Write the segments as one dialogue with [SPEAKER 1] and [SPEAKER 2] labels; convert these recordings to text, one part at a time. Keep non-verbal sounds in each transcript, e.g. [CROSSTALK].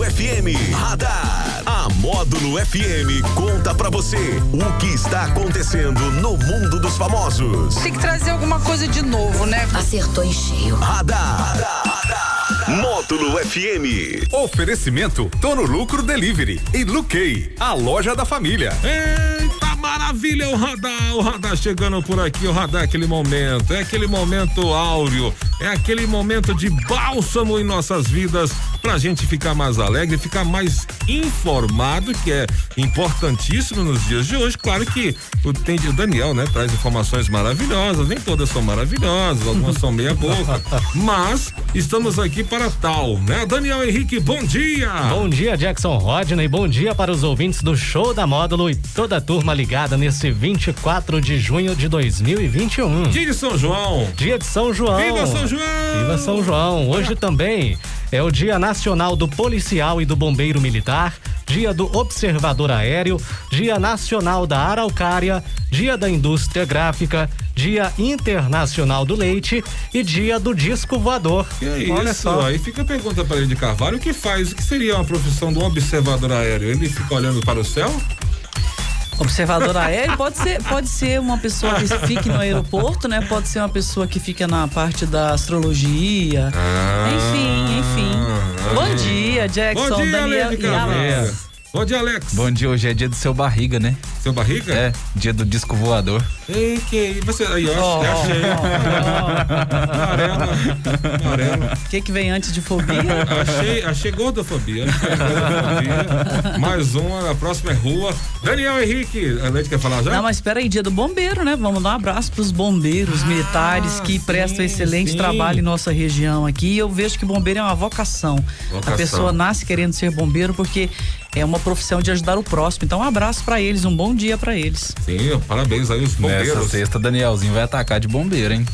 [SPEAKER 1] FM Radar. A Módulo FM conta pra você o que está acontecendo no mundo dos famosos.
[SPEAKER 2] Tem que trazer alguma coisa de novo, né?
[SPEAKER 3] Acertou em cheio.
[SPEAKER 1] Radar. Módulo FM.
[SPEAKER 4] Oferecimento Tono Lucro Delivery e Luquei, a loja da família.
[SPEAKER 5] Eita maravilha, o radar, o radar chegando por aqui, o radar é aquele momento, é aquele momento áureo, é aquele momento de bálsamo em nossas vidas pra gente ficar mais alegre, ficar mais informado, que é importantíssimo nos dias de hoje. Claro que o, tem, o Daniel, né, traz informações maravilhosas, nem todas são maravilhosas, algumas são meia boca, mas estamos aqui para tal, né? Daniel Henrique, bom dia!
[SPEAKER 6] Bom dia, Jackson Rodney. Bom dia para os ouvintes do Show da Módulo e toda a turma ligada nesse 24 de junho de 2021.
[SPEAKER 5] Dia de São João!
[SPEAKER 6] Dia de São João.
[SPEAKER 5] Viva São João!
[SPEAKER 6] Viva São João. Hoje também é o Dia Nacional do Policial e do Bombeiro Militar, Dia do Observador Aéreo, Dia Nacional da Araucária, Dia da Indústria Gráfica, Dia Internacional do Leite e Dia do Disco Voador.
[SPEAKER 5] Que é Olha isso, só. aí fica a pergunta para ele de Carvalho, o que faz, o que seria uma profissão do observador aéreo? Ele fica olhando para o céu?
[SPEAKER 2] Observador aéreo é, pode ser, pode ser uma pessoa que fique no aeroporto, né? Pode ser uma pessoa que fica na parte da astrologia.
[SPEAKER 5] Ah.
[SPEAKER 2] Enfim, enfim. Bom dia, Jackson,
[SPEAKER 5] Bom dia,
[SPEAKER 2] Daniel
[SPEAKER 5] Leandro
[SPEAKER 2] e Alex.
[SPEAKER 5] Carvalho. Bom dia, Alex.
[SPEAKER 7] Bom dia, hoje é dia do seu barriga, né?
[SPEAKER 5] Seu barriga?
[SPEAKER 7] É, dia do disco voador.
[SPEAKER 5] Ei, que você. Aí, ó,
[SPEAKER 2] Oh,
[SPEAKER 5] achei.
[SPEAKER 7] oh,
[SPEAKER 5] Amarelo. Amarelo.
[SPEAKER 2] O que, que vem antes
[SPEAKER 5] [LAUGHS]
[SPEAKER 2] de fobia?
[SPEAKER 5] Achei, achei gordofobia. Achei
[SPEAKER 7] [LAUGHS]
[SPEAKER 5] gordofobia. Mais uma, a próxima é rua. Daniel Henrique, a Leite quer falar já?
[SPEAKER 2] Não, mas espera aí, dia do bombeiro, né? Vamos dar um abraço pros bombeiros militares que
[SPEAKER 5] Ah, sim,
[SPEAKER 2] prestam excelente
[SPEAKER 5] sim.
[SPEAKER 2] trabalho em nossa região aqui. E eu vejo que bombeiro é uma vocação.
[SPEAKER 5] Vocação.
[SPEAKER 2] A pessoa nasce querendo ser bombeiro porque é uma profissão de ajudar o próximo. Então, um abraço pra eles, um bom dia pra eles.
[SPEAKER 5] Sim, parabéns aí os
[SPEAKER 7] Nessa
[SPEAKER 5] bombeiros.
[SPEAKER 7] sexta, Danielzinho vai atacar de bombeiro, hein?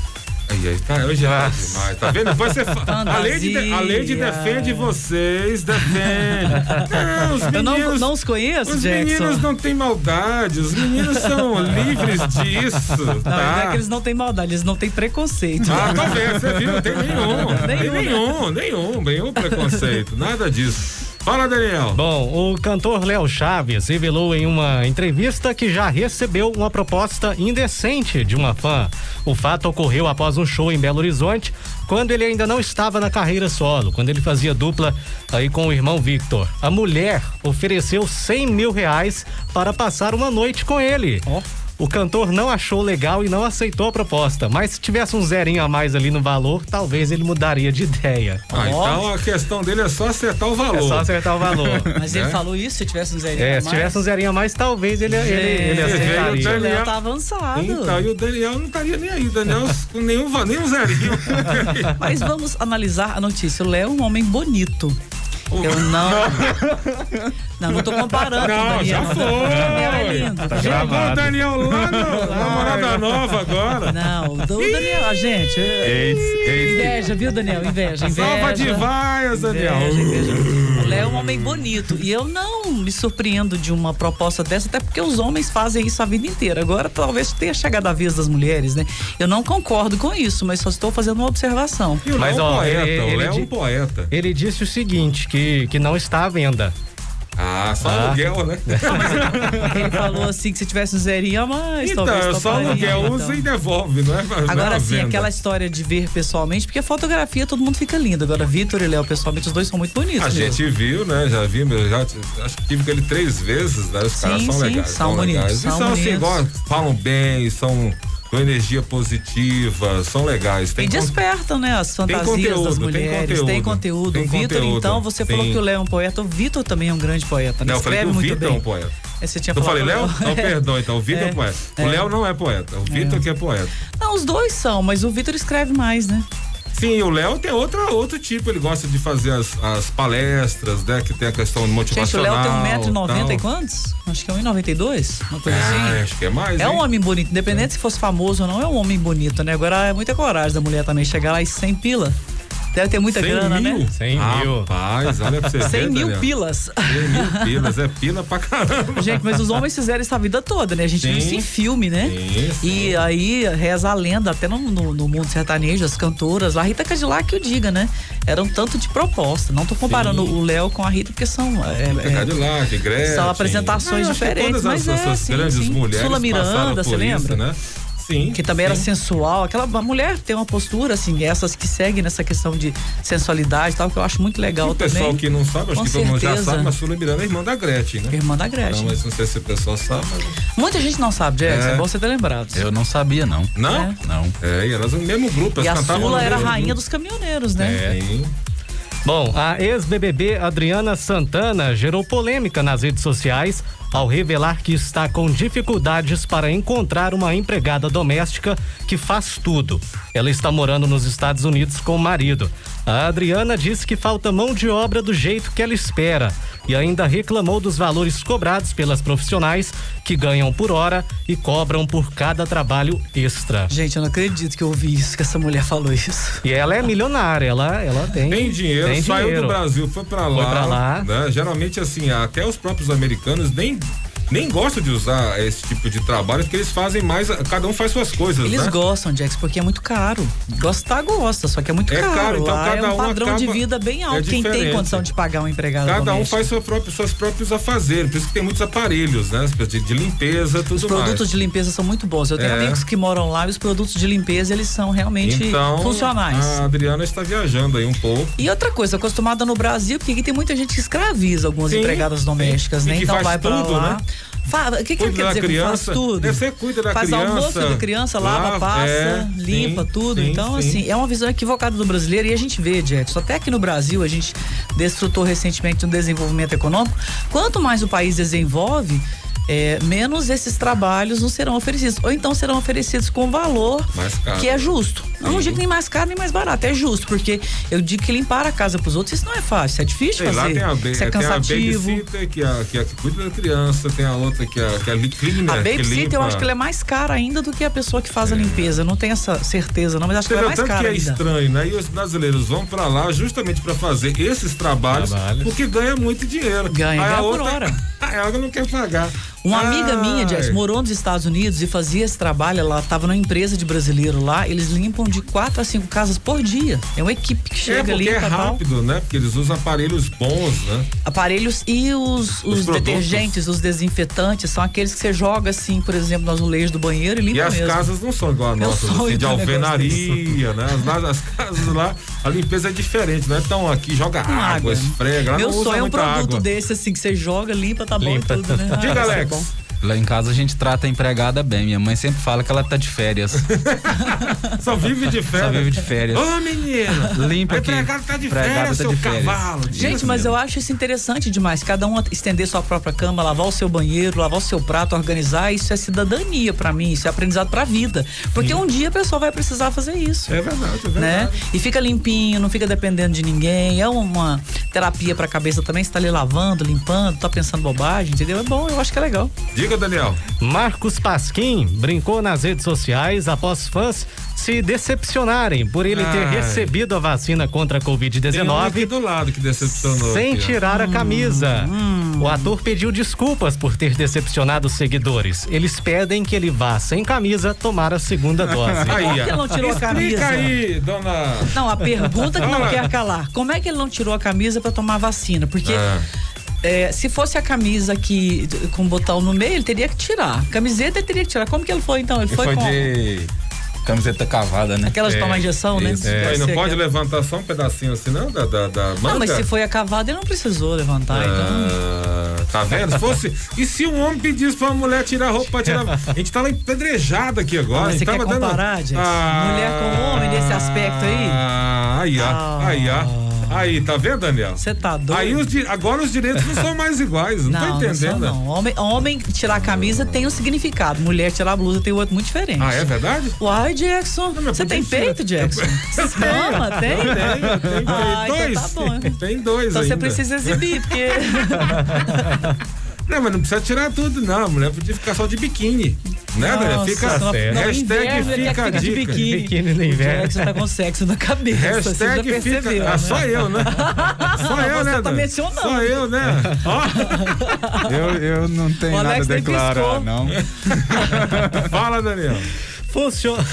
[SPEAKER 5] Aí, aí, tá, hoje é tarde demais, tá vendo? Depois você fa- a Leide, de- a Leide defende vocês, defende. Não, os meninos,
[SPEAKER 2] Eu não, não os conheço,
[SPEAKER 5] os
[SPEAKER 2] Jackson.
[SPEAKER 5] meninos não têm maldade, os meninos
[SPEAKER 2] [LAUGHS]
[SPEAKER 5] são livres disso,
[SPEAKER 2] Não, não é
[SPEAKER 5] tá?
[SPEAKER 2] que eles não têm maldade, eles não têm preconceito.
[SPEAKER 5] Ah, tá vendo, você viu, não tem nenhum,
[SPEAKER 2] Nenhum, né?
[SPEAKER 5] nenhum, nenhum, nenhum, nenhum preconceito, nada disso. Fala, Daniel.
[SPEAKER 6] Bom, o cantor Léo Chaves revelou em uma entrevista que já recebeu uma proposta indecente de uma fã. O fato ocorreu após um show em Belo Horizonte, quando ele ainda não estava na carreira solo, quando ele fazia dupla aí com o irmão Victor. A mulher ofereceu 100 mil reais para passar uma noite com ele. O cantor não achou legal e não aceitou a proposta, mas se tivesse um zerinho a mais ali no valor, talvez ele mudaria de ideia.
[SPEAKER 5] Ah, então a questão dele é só acertar o valor.
[SPEAKER 6] É só acertar o valor.
[SPEAKER 5] [LAUGHS]
[SPEAKER 2] Mas
[SPEAKER 5] né?
[SPEAKER 2] ele falou isso, se tivesse um zerinho
[SPEAKER 6] É,
[SPEAKER 2] a
[SPEAKER 6] se
[SPEAKER 2] mais,
[SPEAKER 6] tivesse um zerinho a mais, talvez ele, ele, ele
[SPEAKER 2] Gente,
[SPEAKER 5] Ele
[SPEAKER 2] o
[SPEAKER 5] veio
[SPEAKER 6] aceitaria.
[SPEAKER 2] Léo
[SPEAKER 5] Daniel-
[SPEAKER 2] tá avançado.
[SPEAKER 5] Então, e o Daniel não estaria nem aí, o Daniel com nenhum, va- nem um zerinho.
[SPEAKER 2] Mas vamos analisar a notícia. O Léo é um homem bonito. [LAUGHS] Eu
[SPEAKER 5] [LAUGHS]
[SPEAKER 2] não. Não, não tô comparando.
[SPEAKER 5] Não,
[SPEAKER 2] com o Daniel,
[SPEAKER 5] já Tá
[SPEAKER 2] não. O Daniel é
[SPEAKER 5] foi.
[SPEAKER 2] lindo.
[SPEAKER 5] Jogou o Daniel lá no
[SPEAKER 2] [LAUGHS]
[SPEAKER 5] Namorada Nova agora.
[SPEAKER 2] Não, o Daniel, a gente.
[SPEAKER 7] Eis, eis.
[SPEAKER 2] Inveja, viu, Daniel? Inveja, inveja.
[SPEAKER 5] Salva de vaias, Daniel.
[SPEAKER 2] Inveja, inveja. O Léo é um homem bonito. E eu não me surpreendo de uma proposta dessa, até porque os homens fazem isso a vida inteira. Agora talvez tenha chegado a vez das mulheres, né? Eu não concordo com isso, mas só estou fazendo uma observação.
[SPEAKER 5] E o
[SPEAKER 6] Mas,
[SPEAKER 5] Léo é um
[SPEAKER 6] ó,
[SPEAKER 5] poeta,
[SPEAKER 6] ele-
[SPEAKER 5] o
[SPEAKER 6] ele
[SPEAKER 5] Léo é um
[SPEAKER 6] di-
[SPEAKER 5] poeta.
[SPEAKER 6] Ele disse o seguinte, que, que não está à venda.
[SPEAKER 5] Ah, só
[SPEAKER 6] Ah.
[SPEAKER 5] aluguel,
[SPEAKER 2] [LAUGHS]
[SPEAKER 5] né?
[SPEAKER 2] Ele falou assim que se tivesse um zerinho a mais,
[SPEAKER 5] Então,
[SPEAKER 2] talvez
[SPEAKER 5] é só
[SPEAKER 2] toparia,
[SPEAKER 5] aluguel,
[SPEAKER 2] então.
[SPEAKER 5] usa e devolve, não é? Não é uma
[SPEAKER 2] Agora sim,
[SPEAKER 5] venda.
[SPEAKER 2] aquela história de ver pessoalmente, porque a fotografia todo mundo fica lindo. Agora, Vitor e Léo, pessoalmente, os dois são muito bonitos.
[SPEAKER 5] A
[SPEAKER 2] viu?
[SPEAKER 5] gente viu, né? Já vi, meu, já acho que tive com ele três vezes, né? Os caras
[SPEAKER 2] Sim,
[SPEAKER 5] são
[SPEAKER 2] sim,
[SPEAKER 5] legais.
[SPEAKER 2] são bonitos,
[SPEAKER 5] legais.
[SPEAKER 2] são
[SPEAKER 5] e são assim,
[SPEAKER 2] bonitos.
[SPEAKER 5] igual, falam bem, são com energia positiva, são legais. Tem
[SPEAKER 2] E
[SPEAKER 5] con-
[SPEAKER 2] despertam, né? As fantasias
[SPEAKER 5] conteúdo,
[SPEAKER 2] das
[SPEAKER 5] tem
[SPEAKER 2] mulheres.
[SPEAKER 5] conteúdo.
[SPEAKER 2] Tem conteúdo.
[SPEAKER 5] Tem
[SPEAKER 2] O Vitor,
[SPEAKER 5] conteúdo,
[SPEAKER 2] então, você falou
[SPEAKER 5] sim.
[SPEAKER 2] que o Léo é um poeta. O Vitor também é um grande poeta, né?
[SPEAKER 5] Não, eu falei que
[SPEAKER 2] Escreve
[SPEAKER 5] o
[SPEAKER 2] muito
[SPEAKER 5] Vitor é
[SPEAKER 2] bem.
[SPEAKER 5] um poeta.
[SPEAKER 2] É, Você tinha
[SPEAKER 5] Eu
[SPEAKER 2] falado
[SPEAKER 5] falei, Léo?
[SPEAKER 2] do
[SPEAKER 5] Não, perdão, então. O Vitor é,
[SPEAKER 2] É.
[SPEAKER 5] poeta. O
[SPEAKER 2] É.
[SPEAKER 5] Léo não é poeta. O Vitor que é poeta.
[SPEAKER 2] Não, os dois são, mas o Vitor escreve mais, né?
[SPEAKER 5] Sim, o Léo tem outra, outro tipo. Ele gosta de fazer as, as palestras, né? Que tem a questão
[SPEAKER 2] Gente, o
[SPEAKER 5] motivacional.
[SPEAKER 2] Léo tem 1,90m e
[SPEAKER 5] tal.
[SPEAKER 2] quantos? Acho que é 1,92m, uma coisa
[SPEAKER 5] Ah,
[SPEAKER 2] assim.
[SPEAKER 5] acho que então. é mais.
[SPEAKER 2] É um
[SPEAKER 5] hein?
[SPEAKER 2] homem bonito, independente se fosse famoso ou não, é um homem bonito, né? Agora é muita coragem da mulher também chegar lá e sem pila. Deve ter muita
[SPEAKER 5] 100
[SPEAKER 2] grana,
[SPEAKER 5] mil? Tá
[SPEAKER 2] né?
[SPEAKER 6] 100 mil.
[SPEAKER 5] Rapaz, olha
[SPEAKER 2] [LAUGHS]
[SPEAKER 5] pra você ver.
[SPEAKER 2] 100 mil
[SPEAKER 5] Daniel.
[SPEAKER 2] pilas.
[SPEAKER 5] 100 mil pilas, é pila pra
[SPEAKER 2] [LAUGHS]
[SPEAKER 5] caramba.
[SPEAKER 2] Gente, mas os homens fizeram isso a vida toda, né? A gente
[SPEAKER 5] Sim.
[SPEAKER 2] viu isso em filme, né?
[SPEAKER 5] Sim, sim.
[SPEAKER 2] E aí reza a lenda, até no, no- no mundo sertanejo, as cantoras, a Rita Cadillac que o diga, né? Era um tanto de proposta. Não tô comparando
[SPEAKER 5] Sim.
[SPEAKER 2] o Léo com a Rita, porque são. é,
[SPEAKER 5] Rita
[SPEAKER 2] é,
[SPEAKER 5] Cadillac, Gretchen.
[SPEAKER 2] São apresentações
[SPEAKER 5] Ah, acho que
[SPEAKER 2] diferentes,
[SPEAKER 5] Todas
[SPEAKER 2] mas
[SPEAKER 5] essas,
[SPEAKER 2] é,
[SPEAKER 5] essas
[SPEAKER 2] sim,
[SPEAKER 5] grandes
[SPEAKER 2] sim.
[SPEAKER 5] mulheres.
[SPEAKER 2] Sula Miranda,
[SPEAKER 5] passaram por
[SPEAKER 2] você
[SPEAKER 5] Isso,
[SPEAKER 2] lembra?
[SPEAKER 5] né? Sim.
[SPEAKER 2] que também era
[SPEAKER 5] sim.
[SPEAKER 2] sensual. Aquela a mulher tem uma postura, assim, essas que seguem nessa questão de sensualidade e tal, que eu acho muito
[SPEAKER 5] E
[SPEAKER 2] legal
[SPEAKER 5] O pessoal
[SPEAKER 2] também.
[SPEAKER 5] que não sabe, acho
[SPEAKER 2] Com
[SPEAKER 5] que todo mundo já
[SPEAKER 2] certeza.
[SPEAKER 5] sabe, mas Sula Miranda é irmã da Gretchen, né?
[SPEAKER 2] Irmã da
[SPEAKER 5] Não,
[SPEAKER 2] Gretchen.
[SPEAKER 5] mas não sei se o pessoal sabe. mas-
[SPEAKER 2] Muita gente não sabe, Jackson.
[SPEAKER 5] É.
[SPEAKER 2] É, bom você ter lembrado.
[SPEAKER 7] Eu não sabia, não.
[SPEAKER 5] Não?
[SPEAKER 7] Não.
[SPEAKER 5] É, e elas no mesmo grupo.
[SPEAKER 2] E a
[SPEAKER 5] elas cantavam
[SPEAKER 2] Sula
[SPEAKER 5] no
[SPEAKER 2] era a
[SPEAKER 5] mesmo
[SPEAKER 2] rainha
[SPEAKER 5] grupo.
[SPEAKER 2] dos caminhoneiros, né?
[SPEAKER 5] É. Sim.
[SPEAKER 6] Bom, a ex-BBB Adriana Santana gerou polêmica nas redes sociais ao revelar que está com dificuldades para encontrar uma empregada doméstica que faz tudo. Ela está morando nos Estados Unidos com o marido. A Adriana disse que falta mão de obra do jeito que ela espera e ainda reclamou dos valores cobrados pelas profissionais que ganham por hora e cobram por cada trabalho extra.
[SPEAKER 2] Gente, eu não acredito que eu ouvi isso, que essa mulher falou isso.
[SPEAKER 6] E ela é milionária, ela, ela tem,
[SPEAKER 5] Tem dinheiro,
[SPEAKER 6] tem
[SPEAKER 5] saiu
[SPEAKER 6] dinheiro.
[SPEAKER 5] do Brasil, foi pra lá.
[SPEAKER 6] Foi pra lá.
[SPEAKER 5] né? Geralmente, assim, até os próprios americanos nem, nem gostam de usar esse tipo de trabalho, porque eles fazem mais, cada um faz suas coisas,
[SPEAKER 2] Eles
[SPEAKER 5] né?
[SPEAKER 2] gostam, Jackson, porque é muito caro. Gostar, gosta, só que é muito
[SPEAKER 5] É
[SPEAKER 2] caro.
[SPEAKER 5] caro, então
[SPEAKER 2] Lá
[SPEAKER 5] cada
[SPEAKER 2] é
[SPEAKER 5] um
[SPEAKER 2] um padrão de
[SPEAKER 5] acaba-
[SPEAKER 2] vida bem
[SPEAKER 5] é
[SPEAKER 2] alto. Quem tem
[SPEAKER 5] diferente.
[SPEAKER 2] condição de pagar uma empregada
[SPEAKER 5] Cada um
[SPEAKER 2] doméstica.
[SPEAKER 5] faz seu próprio, seus próprios afazeres, por isso que tem muitos aparelhos, né? De, de limpeza, tudo
[SPEAKER 2] Os produtos de limpeza são muito bons. Eu tenho
[SPEAKER 5] É.
[SPEAKER 2] amigos que moram lá e os produtos de limpeza eles são realmente
[SPEAKER 5] Então,
[SPEAKER 2] funcionais.
[SPEAKER 5] a Adriana está viajando aí um pouco.
[SPEAKER 2] E outra coisa, acostumada no Brasil, porque aqui tem muita gente que escraviza algumas
[SPEAKER 5] Sim,
[SPEAKER 2] empregadas domésticas,
[SPEAKER 5] sim. E
[SPEAKER 2] né?
[SPEAKER 5] que
[SPEAKER 2] Então
[SPEAKER 5] faz
[SPEAKER 2] vai pra
[SPEAKER 5] tudo,
[SPEAKER 2] lá.
[SPEAKER 5] né?
[SPEAKER 2] Fa- O que, que
[SPEAKER 5] Cuida
[SPEAKER 2] ele quer
[SPEAKER 5] da
[SPEAKER 2] dizer
[SPEAKER 5] criança.
[SPEAKER 2] com faz tudo?
[SPEAKER 5] Deve ser cuida da
[SPEAKER 2] faz
[SPEAKER 5] criança,
[SPEAKER 2] almoço da criança, lava,
[SPEAKER 5] lava,
[SPEAKER 2] passa,
[SPEAKER 5] é,
[SPEAKER 2] limpa
[SPEAKER 5] sim,
[SPEAKER 2] tudo.
[SPEAKER 5] sim,
[SPEAKER 2] então,
[SPEAKER 5] sim.
[SPEAKER 2] assim, é uma visão equivocada do brasileiro e a gente vê, Jetson. Até aqui no Brasil, a gente desfrutou recentemente de um desenvolvimento econômico. Quanto mais o país desenvolve, é, menos esses trabalhos não serão oferecidos. Ou então serão oferecidos com valor
[SPEAKER 5] Mais caro.
[SPEAKER 2] que é justo. Eu
[SPEAKER 5] Uhum.
[SPEAKER 2] não digo nem mais caro nem mais barato, é justo, porque eu digo que limpar a casa pros outros, isso não é fácil, isso é difícil
[SPEAKER 5] Sei lá,
[SPEAKER 2] fazer.
[SPEAKER 5] tem a, ba-
[SPEAKER 2] isso
[SPEAKER 5] tem
[SPEAKER 2] é
[SPEAKER 5] a
[SPEAKER 2] cansativo.
[SPEAKER 5] babysitter, que, é- que, é a que cuida da criança, tem a outra que é a, que é li- cleaner,
[SPEAKER 2] A
[SPEAKER 5] que
[SPEAKER 2] babysitter, eu
[SPEAKER 5] limpa.
[SPEAKER 2] acho que ela é mais cara ainda do que a pessoa que faz a limpeza. Eu não tenho essa certeza, não, mas acho
[SPEAKER 5] Você
[SPEAKER 2] que
[SPEAKER 5] vê
[SPEAKER 2] ela
[SPEAKER 5] o
[SPEAKER 2] é mais
[SPEAKER 5] tanto que
[SPEAKER 2] cara
[SPEAKER 5] é
[SPEAKER 2] ainda.
[SPEAKER 5] estranho, né? E os brasileiros vão pra lá justamente pra fazer esses trabalhos,
[SPEAKER 6] Trabalhos.
[SPEAKER 5] porque ganha muito dinheiro.
[SPEAKER 2] Ganha,
[SPEAKER 5] Aí a
[SPEAKER 2] ganha por
[SPEAKER 5] outra,
[SPEAKER 2] hora.
[SPEAKER 5] [LAUGHS] Aí ela não quer pagar.
[SPEAKER 2] Uma amiga
[SPEAKER 5] Ai.
[SPEAKER 2] minha, Jess, morou nos Estados Unidos e fazia esse trabalho. Ela estava numa empresa de brasileiro lá. Eles limpam de quatro a cinco casas por dia. É uma equipe que
[SPEAKER 5] É
[SPEAKER 2] chega ali
[SPEAKER 5] porque é
[SPEAKER 2] tal.
[SPEAKER 5] rápido, né? Porque eles usam aparelhos bons, né?
[SPEAKER 2] aparelhos e os, os
[SPEAKER 5] Os produtos.
[SPEAKER 2] detergentes, os desinfetantes, são aqueles que você joga assim, por exemplo, no azulejo do banheiro e limpa
[SPEAKER 5] E as
[SPEAKER 2] mesmo. É
[SPEAKER 5] casas não são igual a nossa,
[SPEAKER 2] sonho
[SPEAKER 5] assim, de
[SPEAKER 2] do
[SPEAKER 5] alvenaria, né? As, lá- as casas lá, a limpeza é diferente, não é tão aqui, joga
[SPEAKER 2] Com
[SPEAKER 5] água, esfrega, lá
[SPEAKER 2] Meu
[SPEAKER 5] não usa
[SPEAKER 2] sonho é um
[SPEAKER 5] muita
[SPEAKER 2] produto
[SPEAKER 5] água.
[SPEAKER 2] desse, assim, que você joga, limpa, tá
[SPEAKER 6] Limpa.
[SPEAKER 2] bom e tudo, né?
[SPEAKER 5] [LAUGHS]
[SPEAKER 2] Ah,
[SPEAKER 5] Diga,
[SPEAKER 2] isso é
[SPEAKER 5] Alex.
[SPEAKER 2] bom.
[SPEAKER 7] Lá em casa a gente trata a empregada bem. Minha mãe sempre fala que ela tá de férias.
[SPEAKER 5] Só vive de
[SPEAKER 7] Só
[SPEAKER 5] férias.
[SPEAKER 7] vive de férias.
[SPEAKER 5] Ô, menino!
[SPEAKER 7] Limpa
[SPEAKER 5] A
[SPEAKER 7] aqui.
[SPEAKER 5] empregada tá de
[SPEAKER 7] Empregada
[SPEAKER 5] férias,
[SPEAKER 7] tá
[SPEAKER 5] seu
[SPEAKER 7] de férias.
[SPEAKER 5] cavalo.
[SPEAKER 2] Gente, mas eu acho isso interessante demais. Cada um estender sua própria cama, lavar o seu banheiro, lavar o seu prato, organizar. Isso é cidadania pra mim, isso é aprendizado pra vida. Porque um dia a pessoa vai precisar fazer isso.
[SPEAKER 5] É verdade, é verdade.
[SPEAKER 2] né? E fica limpinho, não fica dependendo de ninguém. É uma terapia pra cabeça também. Você tá ali lavando, limpando, tá pensando bobagem, entendeu? É bom, eu acho que é legal.
[SPEAKER 5] Diga, Daniel.
[SPEAKER 6] Marcos Pasquim brincou nas redes sociais após fãs se decepcionarem por ele ter
[SPEAKER 5] Ai.
[SPEAKER 6] recebido a vacina contra a
[SPEAKER 5] Tem um aqui
[SPEAKER 6] Covid-19
[SPEAKER 5] do Hum, lado que decepcionou.
[SPEAKER 6] sem
[SPEAKER 5] aqui, ó.
[SPEAKER 6] tirar a camisa. O ator pediu desculpas por ter decepcionado os seguidores. Eles pedem que ele vá sem camisa tomar a
[SPEAKER 5] [LAUGHS]
[SPEAKER 6] segunda dose.
[SPEAKER 5] Aí,
[SPEAKER 2] Por é que
[SPEAKER 5] ó.
[SPEAKER 2] ele não tirou a camisa?
[SPEAKER 5] Explica aí, dona.
[SPEAKER 2] Não, a pergunta que não
[SPEAKER 5] Olha.
[SPEAKER 2] quer calar. Como é que ele não tirou a camisa pra tomar a vacina? Porque
[SPEAKER 5] É.
[SPEAKER 2] é, se fosse a camisa que com botão no meio, ele teria que tirar. Camiseta ele teria que tirar. Como que ele foi então? Ele
[SPEAKER 7] E
[SPEAKER 2] foi,
[SPEAKER 7] foi
[SPEAKER 2] com
[SPEAKER 7] de camiseta cavada, né?
[SPEAKER 2] aquelas de tomar injeção, né?
[SPEAKER 7] isso.
[SPEAKER 2] Deve
[SPEAKER 5] Aí, É, não
[SPEAKER 2] ser
[SPEAKER 5] pode
[SPEAKER 2] aquela.
[SPEAKER 5] levantar só um pedacinho assim, não? Da, da, da
[SPEAKER 2] Não, mas
[SPEAKER 5] manga?
[SPEAKER 2] se foi a cavada, ele não precisou levantar, então.
[SPEAKER 5] Ah, tá vendo? Se fosse. E se um homem pedisse pra uma mulher tirar a roupa pra
[SPEAKER 2] [LAUGHS]
[SPEAKER 5] tirar. A gente tava empedrejado aqui agora.
[SPEAKER 2] Mas
[SPEAKER 5] a gente
[SPEAKER 2] você
[SPEAKER 5] tava
[SPEAKER 2] quer
[SPEAKER 5] dando-
[SPEAKER 2] comparar, Jackson? Mulher com homem nesse aspecto aí?
[SPEAKER 5] Ah, aí, ó.
[SPEAKER 2] Ah.
[SPEAKER 5] Aí, ó. Aí, tá vendo, Daniel?
[SPEAKER 2] Você tá doido?
[SPEAKER 5] Aí os di- agora os direitos não são mais iguais, não,
[SPEAKER 2] Não,
[SPEAKER 5] tô
[SPEAKER 2] não são,
[SPEAKER 5] entendendo.
[SPEAKER 2] não. Homem, homem tirar a camisa tem um significado. Mulher tirar a blusa tem outro muito diferente.
[SPEAKER 5] Ah, é verdade?
[SPEAKER 2] Uai, Jackson.
[SPEAKER 5] mas
[SPEAKER 2] Você tem
[SPEAKER 5] podia ser.
[SPEAKER 2] peito, Jackson? Mama, tem?
[SPEAKER 5] [LAUGHS] Tem é.
[SPEAKER 2] Ah,
[SPEAKER 5] dois.
[SPEAKER 2] então tá bom.
[SPEAKER 5] Tem dois
[SPEAKER 2] Então
[SPEAKER 5] ainda.
[SPEAKER 2] você precisa exibir, porque.
[SPEAKER 5] Não, mas não precisa tirar tudo, não. A mulher podia ficar só de biquíni. Né, Daniel? Fica,
[SPEAKER 2] Nossa, não, no
[SPEAKER 5] hashtag
[SPEAKER 2] inverno ele
[SPEAKER 5] fica a
[SPEAKER 2] acredita de
[SPEAKER 5] dica.
[SPEAKER 2] biquíni.
[SPEAKER 6] Biquíni no
[SPEAKER 2] O
[SPEAKER 6] inverno.
[SPEAKER 2] Jackson tá com sexo na cabeça. você já
[SPEAKER 5] Hashtag
[SPEAKER 2] percebeu,
[SPEAKER 5] fica.
[SPEAKER 2] né?
[SPEAKER 5] Ah, só eu, né? Só eu,
[SPEAKER 2] você
[SPEAKER 5] né?
[SPEAKER 2] tá
[SPEAKER 5] Dan?
[SPEAKER 2] mencionando.
[SPEAKER 5] Só eu, né? Ó,
[SPEAKER 7] Eu, eu não tenho
[SPEAKER 2] O
[SPEAKER 7] nada a
[SPEAKER 2] Alex nem
[SPEAKER 7] declarar,
[SPEAKER 2] piscou.
[SPEAKER 7] não.
[SPEAKER 5] fala, Daniel.
[SPEAKER 6] Funciona.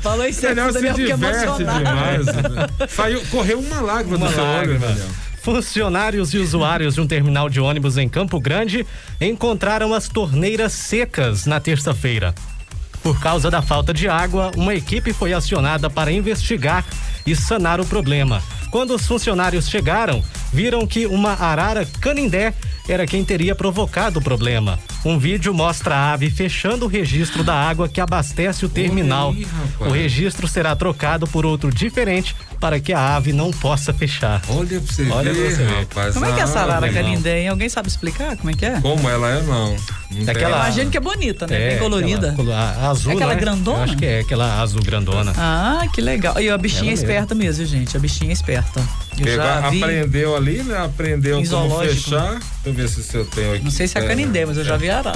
[SPEAKER 2] Falou em
[SPEAKER 5] Daniel
[SPEAKER 2] sexo,
[SPEAKER 5] se
[SPEAKER 2] é Daniel fica
[SPEAKER 5] diverte
[SPEAKER 2] emocionado.
[SPEAKER 5] demais. né? Saiu, correu uma lágrima do seu olho,
[SPEAKER 6] lágrima.
[SPEAKER 5] Daniel.
[SPEAKER 6] Funcionários e usuários de um terminal de ônibus em Campo Grande encontraram as torneiras secas na terça-feira. Por causa da falta de água, uma equipe foi acionada para investigar e sanar o problema. Quando os funcionários chegaram, viram que uma arara canindé era quem teria provocado o problema. Um vídeo mostra a ave fechando o registro da água que abastece o terminal.
[SPEAKER 5] aí, rapaz.
[SPEAKER 6] o registro será trocado por outro diferente para que a ave não possa fechar.
[SPEAKER 5] Olha pra você
[SPEAKER 6] Olha pra
[SPEAKER 5] ver,
[SPEAKER 6] você ver.
[SPEAKER 5] rapaz.
[SPEAKER 2] Como é que é
[SPEAKER 5] Ah,
[SPEAKER 2] essa arara
[SPEAKER 5] Daniel.
[SPEAKER 2] canindé, hein? Alguém sabe explicar como é que é?
[SPEAKER 5] Como ela é, não. Não tem
[SPEAKER 6] Aquela-
[SPEAKER 5] essa.
[SPEAKER 2] Imagino que é bonita, né? Bem
[SPEAKER 6] aquela
[SPEAKER 2] colorida.
[SPEAKER 6] colo- a- azul,
[SPEAKER 2] É aquela
[SPEAKER 6] né?
[SPEAKER 2] grandona?
[SPEAKER 6] Eu acho que é aquela azul grandona.
[SPEAKER 2] Ah, que legal. E a bichinha é
[SPEAKER 6] Ela mesmo.
[SPEAKER 2] esperta mesmo, gente. A bichinha é esperta. Eu
[SPEAKER 5] Pegou-
[SPEAKER 2] já vi.
[SPEAKER 5] Aprendeu ali, né? Aprendeu
[SPEAKER 2] Em
[SPEAKER 5] como
[SPEAKER 2] zoológico.
[SPEAKER 5] fechar. Deixa eu ver se eu tenho aqui.
[SPEAKER 2] Não sei se é canindé, mas eu já vi arara.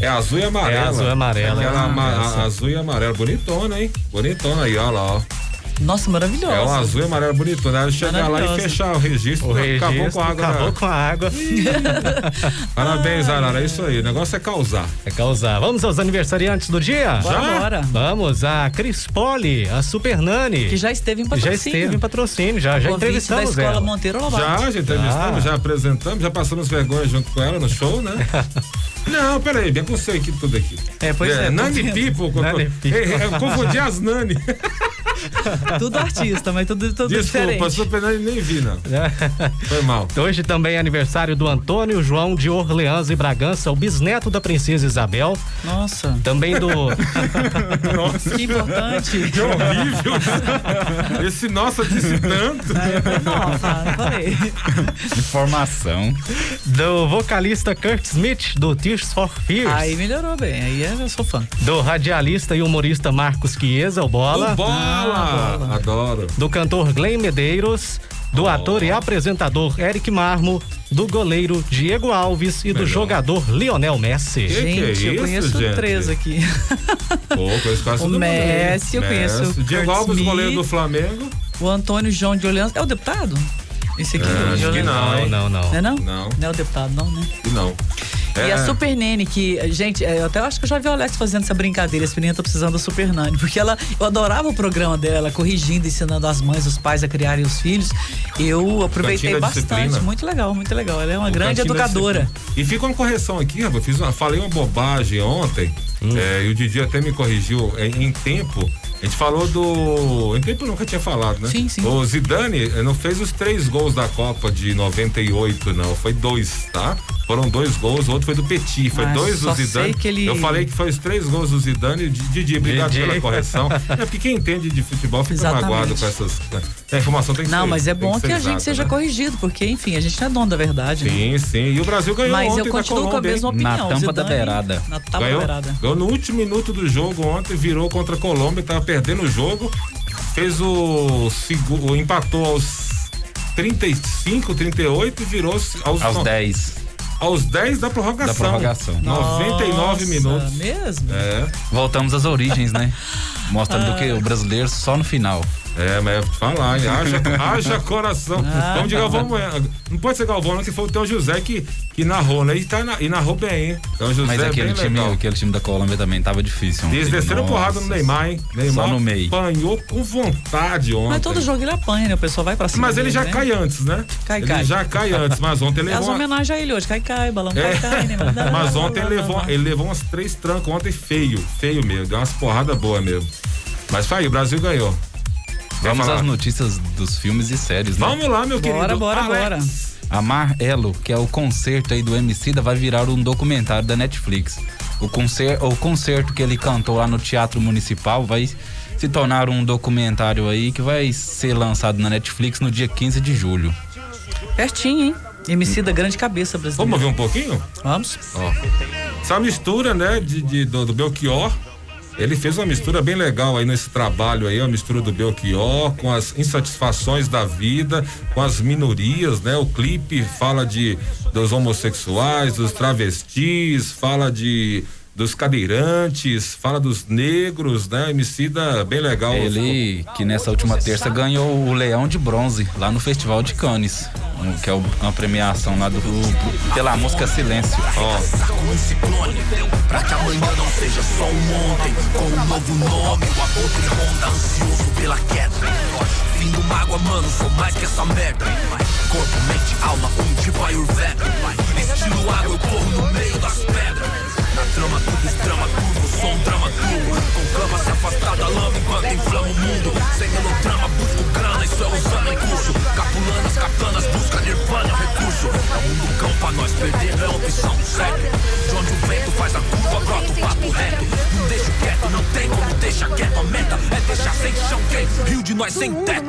[SPEAKER 5] É azul e amarela.
[SPEAKER 6] É azul e amarela.
[SPEAKER 5] Aquela
[SPEAKER 6] Ah,
[SPEAKER 5] ama-
[SPEAKER 6] essa.
[SPEAKER 5] azul e amarela. Bonitona, hein? Bonitona aí, olha lá, ó.
[SPEAKER 2] [LAUGHS] Nossa, maravilhosa.
[SPEAKER 5] É um azul e amarelo bonitona. Ela chegar lá e
[SPEAKER 2] Maravilhosa.
[SPEAKER 5] fechar o registro. né?
[SPEAKER 6] O
[SPEAKER 5] acabou
[SPEAKER 6] registro
[SPEAKER 5] com a água.
[SPEAKER 6] acabou
[SPEAKER 5] na-
[SPEAKER 2] né?
[SPEAKER 6] com a
[SPEAKER 2] [LAUGHS]
[SPEAKER 6] água.
[SPEAKER 5] Parabéns, Arara. É isso aí. O negócio é causar.
[SPEAKER 6] É causar. Vamos aos aniversariantes do dia?
[SPEAKER 2] Bora,
[SPEAKER 5] Já?
[SPEAKER 2] bora.
[SPEAKER 6] Vamos, a Cris Poli, a Super Nani.
[SPEAKER 2] Que já esteve em patrocínio.
[SPEAKER 6] já esteve em patrocínio, já, já
[SPEAKER 2] Ouvinte da
[SPEAKER 6] entrevistamos
[SPEAKER 2] escola
[SPEAKER 6] ela.
[SPEAKER 2] Monteiro Lobato.
[SPEAKER 5] Já, já entrevistamos, já apresentamos, já passamos vergonha junto com ela no show, né? Não, peraí, bem com você aqui tudo aqui.
[SPEAKER 2] É, pois é, tô
[SPEAKER 5] Nani
[SPEAKER 2] vendo.
[SPEAKER 5] People. co-
[SPEAKER 6] Nani
[SPEAKER 5] co-
[SPEAKER 6] People.
[SPEAKER 5] Ei, Eu confundi as Nani.
[SPEAKER 2] [LAUGHS] Tudo artista, mas tudo, tudo
[SPEAKER 5] Desculpa,
[SPEAKER 2] diferente.
[SPEAKER 5] Super Nani nem vi, não. Foi mal.
[SPEAKER 6] Hoje também é aniversário do Antônio João de Orleans e Bragança, o bisneto da princesa Isabel.
[SPEAKER 2] Nossa,
[SPEAKER 6] Também
[SPEAKER 2] [LAUGHS]
[SPEAKER 6] do.
[SPEAKER 2] que importante.
[SPEAKER 5] [LAUGHS] Que horrível. Esse nossa disse tanto.
[SPEAKER 2] Não, cara, Ah, falei.
[SPEAKER 7] Informação.
[SPEAKER 6] do vocalista Kurt Smith, do Tears for Fears.
[SPEAKER 2] Aí melhorou bem, aí eu sou fã.
[SPEAKER 6] Do radialista e humorista Marcos Chiesa, o Bola.
[SPEAKER 5] O bola. Adoro.
[SPEAKER 6] do cantor Glenn Medeiros, do ator e apresentador Eric Marmo, do goleiro Diego Alves e do jogador Lionel Messi.
[SPEAKER 5] Que que é
[SPEAKER 2] gente, eu
[SPEAKER 5] isso,
[SPEAKER 2] conheço
[SPEAKER 5] gente?
[SPEAKER 2] três aqui.
[SPEAKER 5] Pô, eu conheço quase
[SPEAKER 2] O
[SPEAKER 5] todo mundo aí.
[SPEAKER 2] Messi, eu conheço
[SPEAKER 5] Messi.
[SPEAKER 2] o
[SPEAKER 5] Diego
[SPEAKER 2] Kurt
[SPEAKER 5] Alves,
[SPEAKER 2] Smith.
[SPEAKER 5] goleiro do Flamengo.
[SPEAKER 2] O Antônio João de Orleans. É o deputado? Esse aqui?
[SPEAKER 5] É, acho
[SPEAKER 2] de
[SPEAKER 5] que
[SPEAKER 2] Orleans?
[SPEAKER 5] não, hein?
[SPEAKER 6] não, não.
[SPEAKER 2] Não é não?
[SPEAKER 5] Não.
[SPEAKER 2] é o deputado, não, né?
[SPEAKER 5] E não.
[SPEAKER 2] E
[SPEAKER 5] É.
[SPEAKER 2] a Super Nene, que, gente, é, eu até acho que eu já vi o Alex fazendo essa brincadeira. Esse menino tá precisando da Super Nani. Porque ela, eu adorava o programa dela, corrigindo, ensinando as mães, os pais a criarem os filhos. Eu aproveitei
[SPEAKER 5] Cantina
[SPEAKER 2] bastante.
[SPEAKER 5] Disciplina.
[SPEAKER 2] Muito legal, muito legal. Ela é uma
[SPEAKER 5] O
[SPEAKER 2] grande
[SPEAKER 5] Cantina
[SPEAKER 2] educadora.
[SPEAKER 5] Disciplina. E fica uma correção aqui, rapaz. Fiz uma, falei uma bobagem ontem.
[SPEAKER 2] Hum.
[SPEAKER 5] é, e o Didi até me corrigiu é, em tempo. A gente falou do. Em tempo eu nunca tinha falado, né?
[SPEAKER 2] Sim, sim.
[SPEAKER 5] O Zidane eh, não fez os três gols da Copa de 98, não. Foi dois, tá? Foram dois gols, o outro foi do Petit. Foi
[SPEAKER 2] Ah,
[SPEAKER 5] dois do
[SPEAKER 2] só sei
[SPEAKER 5] Zidane.
[SPEAKER 2] que ele-
[SPEAKER 5] Eu falei que foi os três gols do Zidane. e Didi, obrigado
[SPEAKER 6] Didi.
[SPEAKER 5] pela correção. É porque quem entende de futebol fica
[SPEAKER 2] Exatamente.
[SPEAKER 5] magoado com essas. né? A informação tem que
[SPEAKER 2] Não,
[SPEAKER 5] ser-
[SPEAKER 2] mas é
[SPEAKER 5] tem
[SPEAKER 2] bom que,
[SPEAKER 5] ser
[SPEAKER 2] a gente
[SPEAKER 5] exata,
[SPEAKER 2] seja
[SPEAKER 5] né?
[SPEAKER 2] corrigido, porque, enfim, a gente não é dono da verdade. né?
[SPEAKER 5] Sim, sim. E o Brasil ganhou
[SPEAKER 2] Mas
[SPEAKER 5] ontem
[SPEAKER 2] eu continuo
[SPEAKER 5] da
[SPEAKER 2] com a
[SPEAKER 5] Colômbia, hein?
[SPEAKER 2] mesma opinião.
[SPEAKER 7] Na tampa da
[SPEAKER 2] Zidane-
[SPEAKER 7] beirada.
[SPEAKER 2] Na tampa
[SPEAKER 5] ganhou,
[SPEAKER 2] da beirada.
[SPEAKER 5] ganhou no último minuto do jogo ontem, virou contra a Colômbia, tava perdendo o jogo, fez o segundo, empatou aos 35, 38 e virou aos,
[SPEAKER 7] Aos
[SPEAKER 5] não,
[SPEAKER 7] 10
[SPEAKER 5] aos 10 da prorrogação.
[SPEAKER 7] da prorrogação.
[SPEAKER 5] 99
[SPEAKER 2] Nossa,
[SPEAKER 5] minutos.
[SPEAKER 2] mesmo?
[SPEAKER 5] É,
[SPEAKER 7] Voltamos às origens, né? Mostrando
[SPEAKER 5] Ah.
[SPEAKER 7] que o brasileiro só no final.
[SPEAKER 5] é, mas é pra falar, hein? Haja, haja coração.
[SPEAKER 2] Ah,
[SPEAKER 5] Vamos de
[SPEAKER 2] tá,
[SPEAKER 5] Galvão Bueno. Não pode ser Galvão, não, que foi o Teu José que, que narrou, né? E, tá na- e narrou bem, hein? Teu José
[SPEAKER 7] Mas
[SPEAKER 5] é
[SPEAKER 7] aquele
[SPEAKER 5] bem
[SPEAKER 7] time,
[SPEAKER 5] legal.
[SPEAKER 7] aquele time da Colômbia também tava difícil. ontem.
[SPEAKER 5] Eles desceram
[SPEAKER 7] Nossa.
[SPEAKER 5] porrada no Neymar, hein? Neymar
[SPEAKER 7] no meio.
[SPEAKER 5] apanhou com vontade ontem.
[SPEAKER 2] Mas todo jogo ele apanha, né? O pessoal vai pra cima.
[SPEAKER 5] Mas ele
[SPEAKER 2] dele,
[SPEAKER 5] já
[SPEAKER 2] né?
[SPEAKER 5] cai antes, né?
[SPEAKER 2] Cai,
[SPEAKER 5] ele
[SPEAKER 2] cai. Tá
[SPEAKER 5] já cai antes, mas ontem ele
[SPEAKER 2] As
[SPEAKER 5] levou. uma-
[SPEAKER 2] homenagens a ele hoje. Cai, cai, balão,
[SPEAKER 5] É.
[SPEAKER 2] cai, cai. Né?
[SPEAKER 5] [LAUGHS] Mas ontem ele levou, ele levou umas três trancas ontem feio, feio mesmo. Deu umas porradas boas mesmo. Mas foi aí, o Brasil ganhou. Quer
[SPEAKER 7] Vamos
[SPEAKER 5] falar?
[SPEAKER 7] às notícias dos filmes e séries, né?
[SPEAKER 5] Vamos lá, meu
[SPEAKER 2] Bora,
[SPEAKER 5] querido.
[SPEAKER 2] bora,
[SPEAKER 5] Alex.
[SPEAKER 2] bora.
[SPEAKER 7] Amarelo, que é o concerto aí do MC da, vai virar um documentário da Netflix. O, concer, o concerto que ele cantou lá no Teatro Municipal vai se tornar um documentário aí que vai ser lançado na Netflix no dia 15 de julho.
[SPEAKER 2] Pertinho, hein? MC
[SPEAKER 5] Hum.
[SPEAKER 2] da grande cabeça
[SPEAKER 5] Vamos
[SPEAKER 2] brasileira.
[SPEAKER 5] ouvir um pouquinho?
[SPEAKER 2] Vamos?
[SPEAKER 5] Essa mistura, né, de, de- do, do Belchior Ele fez uma mistura bem legal aí nesse trabalho aí, uma mistura do Belchior com as insatisfações da vida, com as minorias, né? O clipe fala de dos homossexuais, dos travestis, fala de dos cadeirantes, fala dos negros, né? Emicida, bem legal.
[SPEAKER 7] Ele que nessa última terça ganhou o Leão de Bronze lá no Festival de Cannes, um, que é o- uma premiação lá do pela música Silêncio.
[SPEAKER 5] Ó,
[SPEAKER 1] com esse clone. Pra que amanhã não seja só um ontem. Com um novo nome, o abutre ronda ansioso pela queda. Vindo mágoa, mano, sou mais que essa merda. Corpo, mente, alma, um tipo Ayurveda. Estilo água, eu corro no meio das pedras. Na trama, tudo trama, curvo, som, drama, curvo. Com clama se afastar da lama enquanto inflama o mundo. Sem melodrama, busco grana, isso é usando em curso. Capulanas, captanas, busca nirvana, recurso. É um mundo cão pra nós perder, não é opção, certo? De onde o vento faz a curva, brota o papo reto. Não deixa quieto, não tem como deixa quieto. A meta é deixar sem chão quem rio de nós sem teto.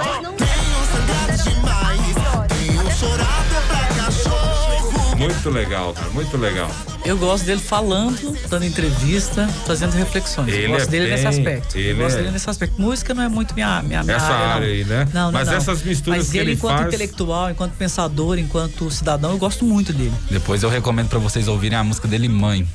[SPEAKER 5] muito legal, cara, muito legal.
[SPEAKER 2] Eu gosto dele falando, dando entrevista, fazendo reflexões.
[SPEAKER 5] Ele
[SPEAKER 2] eu gosto
[SPEAKER 5] é
[SPEAKER 2] dele
[SPEAKER 5] bem-
[SPEAKER 2] nesse aspecto. eu
[SPEAKER 5] ele
[SPEAKER 2] gosto
[SPEAKER 5] é-
[SPEAKER 2] dele nesse aspecto. Música não é muito minha, minha, minha
[SPEAKER 5] Essa
[SPEAKER 2] não.
[SPEAKER 5] área aí, né?
[SPEAKER 2] Não, não,
[SPEAKER 5] Mas
[SPEAKER 2] não.
[SPEAKER 5] essas misturas
[SPEAKER 2] Mas
[SPEAKER 5] que ele
[SPEAKER 2] enquanto
[SPEAKER 5] faz-
[SPEAKER 2] intelectual, enquanto pensador, enquanto cidadão, eu gosto muito dele.
[SPEAKER 7] Depois eu recomendo pra vocês ouvirem a música dele Mãe.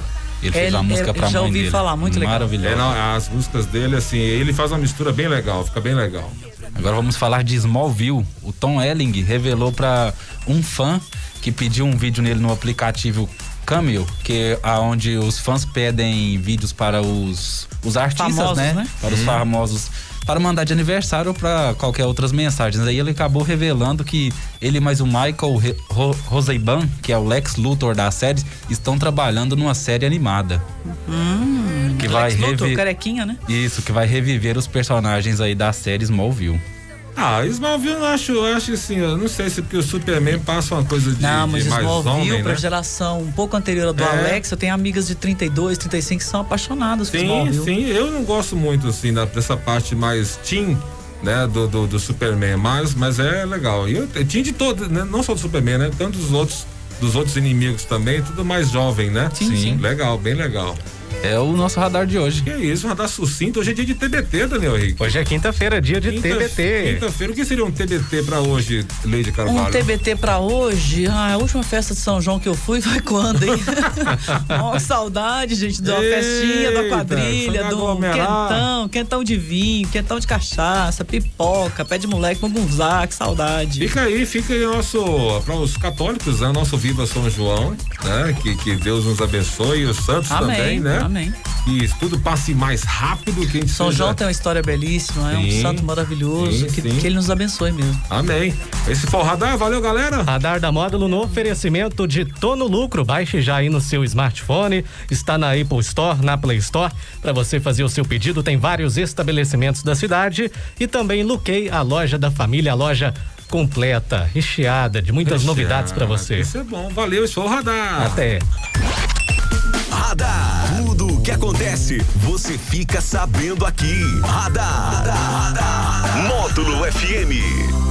[SPEAKER 7] Ele fez
[SPEAKER 2] Ele-
[SPEAKER 7] uma música
[SPEAKER 2] eu
[SPEAKER 7] pra
[SPEAKER 2] já
[SPEAKER 7] mãe
[SPEAKER 2] ouvi
[SPEAKER 7] dele.
[SPEAKER 2] falar, muito legal.
[SPEAKER 5] É,
[SPEAKER 7] Maravilhosa.
[SPEAKER 5] não, as músicas dele, assim, ele faz uma mistura bem legal, fica bem legal.
[SPEAKER 7] Agora vamos falar de Smallville. O Tom Elling revelou para um fã que pediu um vídeo nele no aplicativo Cameo, que é onde os fãs pedem vídeos para os, os artistas,
[SPEAKER 2] Famosos,
[SPEAKER 7] né?
[SPEAKER 2] né?
[SPEAKER 7] Para os famosos. Para mandar de aniversário ou para qualquer outras mensagens. Aí ele acabou revelando que ele mais o Michael Re- Ro- Roseban, que é o Lex Luthor da série, estão trabalhando numa série animada. que vai
[SPEAKER 2] Hum, Lex Luthor,
[SPEAKER 7] revi-
[SPEAKER 2] carequinha, né?
[SPEAKER 7] Isso, que vai reviver os personagens aí da série Smallville.
[SPEAKER 5] Ah, Smallville eu acho, eu acho assim, eu não sei se porque o Superman passa uma coisa de,
[SPEAKER 2] Não,
[SPEAKER 5] de
[SPEAKER 2] mas
[SPEAKER 5] mais
[SPEAKER 2] Smallville,
[SPEAKER 5] homem,
[SPEAKER 2] pra
[SPEAKER 5] né?
[SPEAKER 2] geração um pouco anterior à do
[SPEAKER 5] É.
[SPEAKER 2] Alex, eu tenho amigas de 32, 35 que são apaixonadas por
[SPEAKER 5] Sim,
[SPEAKER 2] Smallville.
[SPEAKER 5] sim, eu não gosto muito assim da- dessa parte mais teen, né, do, do, do Superman, mas, mas é legal. E eu é teen de todo, né, não só do Superman, né, tanto dos outros, dos outros inimigos também, tudo mais jovem, né?
[SPEAKER 2] Sim, sim.
[SPEAKER 5] Legal, bem legal.
[SPEAKER 7] É o nosso radar de hoje.
[SPEAKER 5] Que é isso, radar sucinto, hoje é dia de TBT, Daniel Henrique.
[SPEAKER 6] Hoje é quinta-feira, dia de
[SPEAKER 5] Quinta-
[SPEAKER 6] TBT.
[SPEAKER 5] Quinta-feira, o que seria um TBT pra hoje, Lady
[SPEAKER 2] Um
[SPEAKER 5] Carvalho?
[SPEAKER 2] TBT pra hoje? Ah, a última festa de São João que eu fui foi [LAUGHS]
[SPEAKER 5] [LAUGHS]
[SPEAKER 2] quando, hein? Ó, saudade, gente, de uma
[SPEAKER 5] Eita,
[SPEAKER 2] festinha, da quadrilha,
[SPEAKER 5] foi
[SPEAKER 2] do
[SPEAKER 5] aglomerar.
[SPEAKER 2] quentão, quentão de vinho, quentão de cachaça, pipoca, pé de moleque com gunzá, que saudade.
[SPEAKER 5] Fica aí, fica aí o nosso, para os católicos, né? Nosso Viva São João, né? Que, que Deus nos abençoe, os santos também,
[SPEAKER 2] Amém,
[SPEAKER 5] né?
[SPEAKER 2] amém.
[SPEAKER 5] Que isso tudo passe mais rápido que a gente
[SPEAKER 2] São
[SPEAKER 5] seja-
[SPEAKER 2] João tem uma história belíssima, é
[SPEAKER 5] é. Sim,
[SPEAKER 2] um santo maravilhoso,
[SPEAKER 5] sim,
[SPEAKER 2] que,
[SPEAKER 5] sim.
[SPEAKER 2] que ele nos abençoe mesmo.
[SPEAKER 5] Amém. Esse foi o radar, valeu galera.
[SPEAKER 6] Radar da Módulo no oferecimento de Tono Lucro. Baixe já aí no seu smartphone. Está na Apple Store, na Play Store. Para você fazer o seu pedido, tem vários estabelecimentos da cidade. E também Luquei, a loja da família, a loja completa, recheada de muitas novidades para você.
[SPEAKER 5] Isso é bom, valeu, esse foi o radar.
[SPEAKER 6] Até.
[SPEAKER 1] Radar. Tudo o que acontece, você fica sabendo aqui. Radar. Módulo FM.